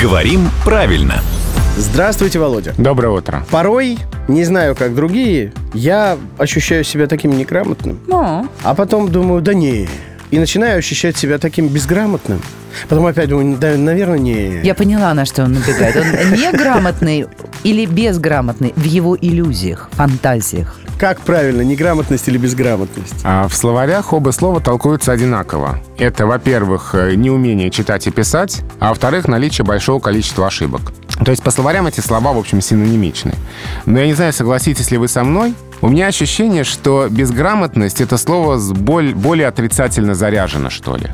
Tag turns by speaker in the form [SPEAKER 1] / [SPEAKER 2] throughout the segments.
[SPEAKER 1] Говорим правильно.
[SPEAKER 2] Здравствуйте, Володя.
[SPEAKER 3] Доброе утро.
[SPEAKER 2] Порой, не знаю, как другие, я ощущаю себя таким неграмотным.
[SPEAKER 4] Ну,
[SPEAKER 2] А потом думаю, да не. И начинаю ощущать себя таким безграмотным. Потом опять думаю, да, наверное, не.
[SPEAKER 4] я поняла, на что он набегает. Он неграмотный или безграмотный в его иллюзиях, фантазиях.
[SPEAKER 2] Как правильно, неграмотность или безграмотность?
[SPEAKER 3] А В словарях оба слова толкуются одинаково. Это, во-первых, э, неумение читать и писать, а во-вторых, наличие большого количества ошибок. То есть по словарям эти слова, в общем, синонимичны. Но я не знаю, согласитесь ли вы со мной, у меня ощущение, что безграмотность — это слово с боль- более отрицательно заряжено, что ли.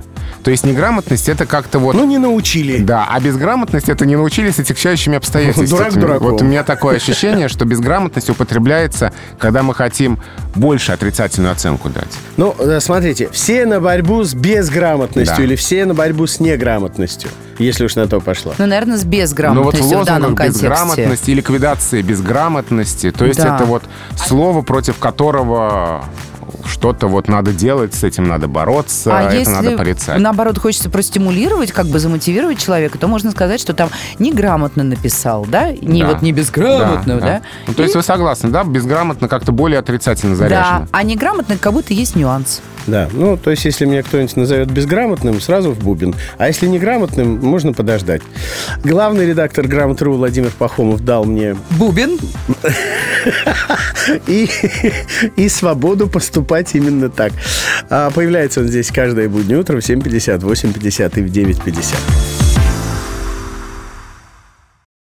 [SPEAKER 3] То есть неграмотность — это как-то вот...
[SPEAKER 2] Ну, не научили.
[SPEAKER 3] Да, а безграмотность это не научились с отягчающими обстоятельствами.
[SPEAKER 2] Дурак дураком.
[SPEAKER 3] Вот у меня такое ощущение, что безграмотность употребляется, когда мы хотим больше отрицательную оценку дать.
[SPEAKER 2] Ну, э, смотрите, все на борьбу с безграмотностью
[SPEAKER 3] Да.
[SPEAKER 2] или все на борьбу с неграмотностью, если уж на то пошло.
[SPEAKER 4] Ну, наверное, с
[SPEAKER 3] Но Ну, вот в
[SPEAKER 4] безграмотностью в, данном
[SPEAKER 3] лозунгах
[SPEAKER 4] контексте.
[SPEAKER 3] безграмотность и ликвидация безграмотности, то есть
[SPEAKER 4] Да. А
[SPEAKER 3] это вот слово, против которого что-то вот надо делать, с этим надо бороться,
[SPEAKER 4] А
[SPEAKER 3] э, это
[SPEAKER 4] если,
[SPEAKER 3] надо порицать.
[SPEAKER 4] наоборот, хочется простимулировать, как бы замотивировать человека, то можно сказать, что там неграмотно написал, да? Не
[SPEAKER 3] Да.
[SPEAKER 4] вот не безграмотно, да?
[SPEAKER 3] Ну, то есть вы согласны, да? Безграмотно как-то более отрицательно заряжено.
[SPEAKER 4] Да, а неграмотно как будто есть нюанс.
[SPEAKER 2] Да, ну, то есть, если меня кто-нибудь назовет безграмотным, сразу в бубен. А если неграмотным, можно подождать. Главный редактор «Грамот.ру» Владимир Пахомов дал мне
[SPEAKER 4] Бубен.
[SPEAKER 2] и, и свободу поступать именно так. А появляется он здесь каждое буднее утро в 7.50, 8.50 и в 9.50.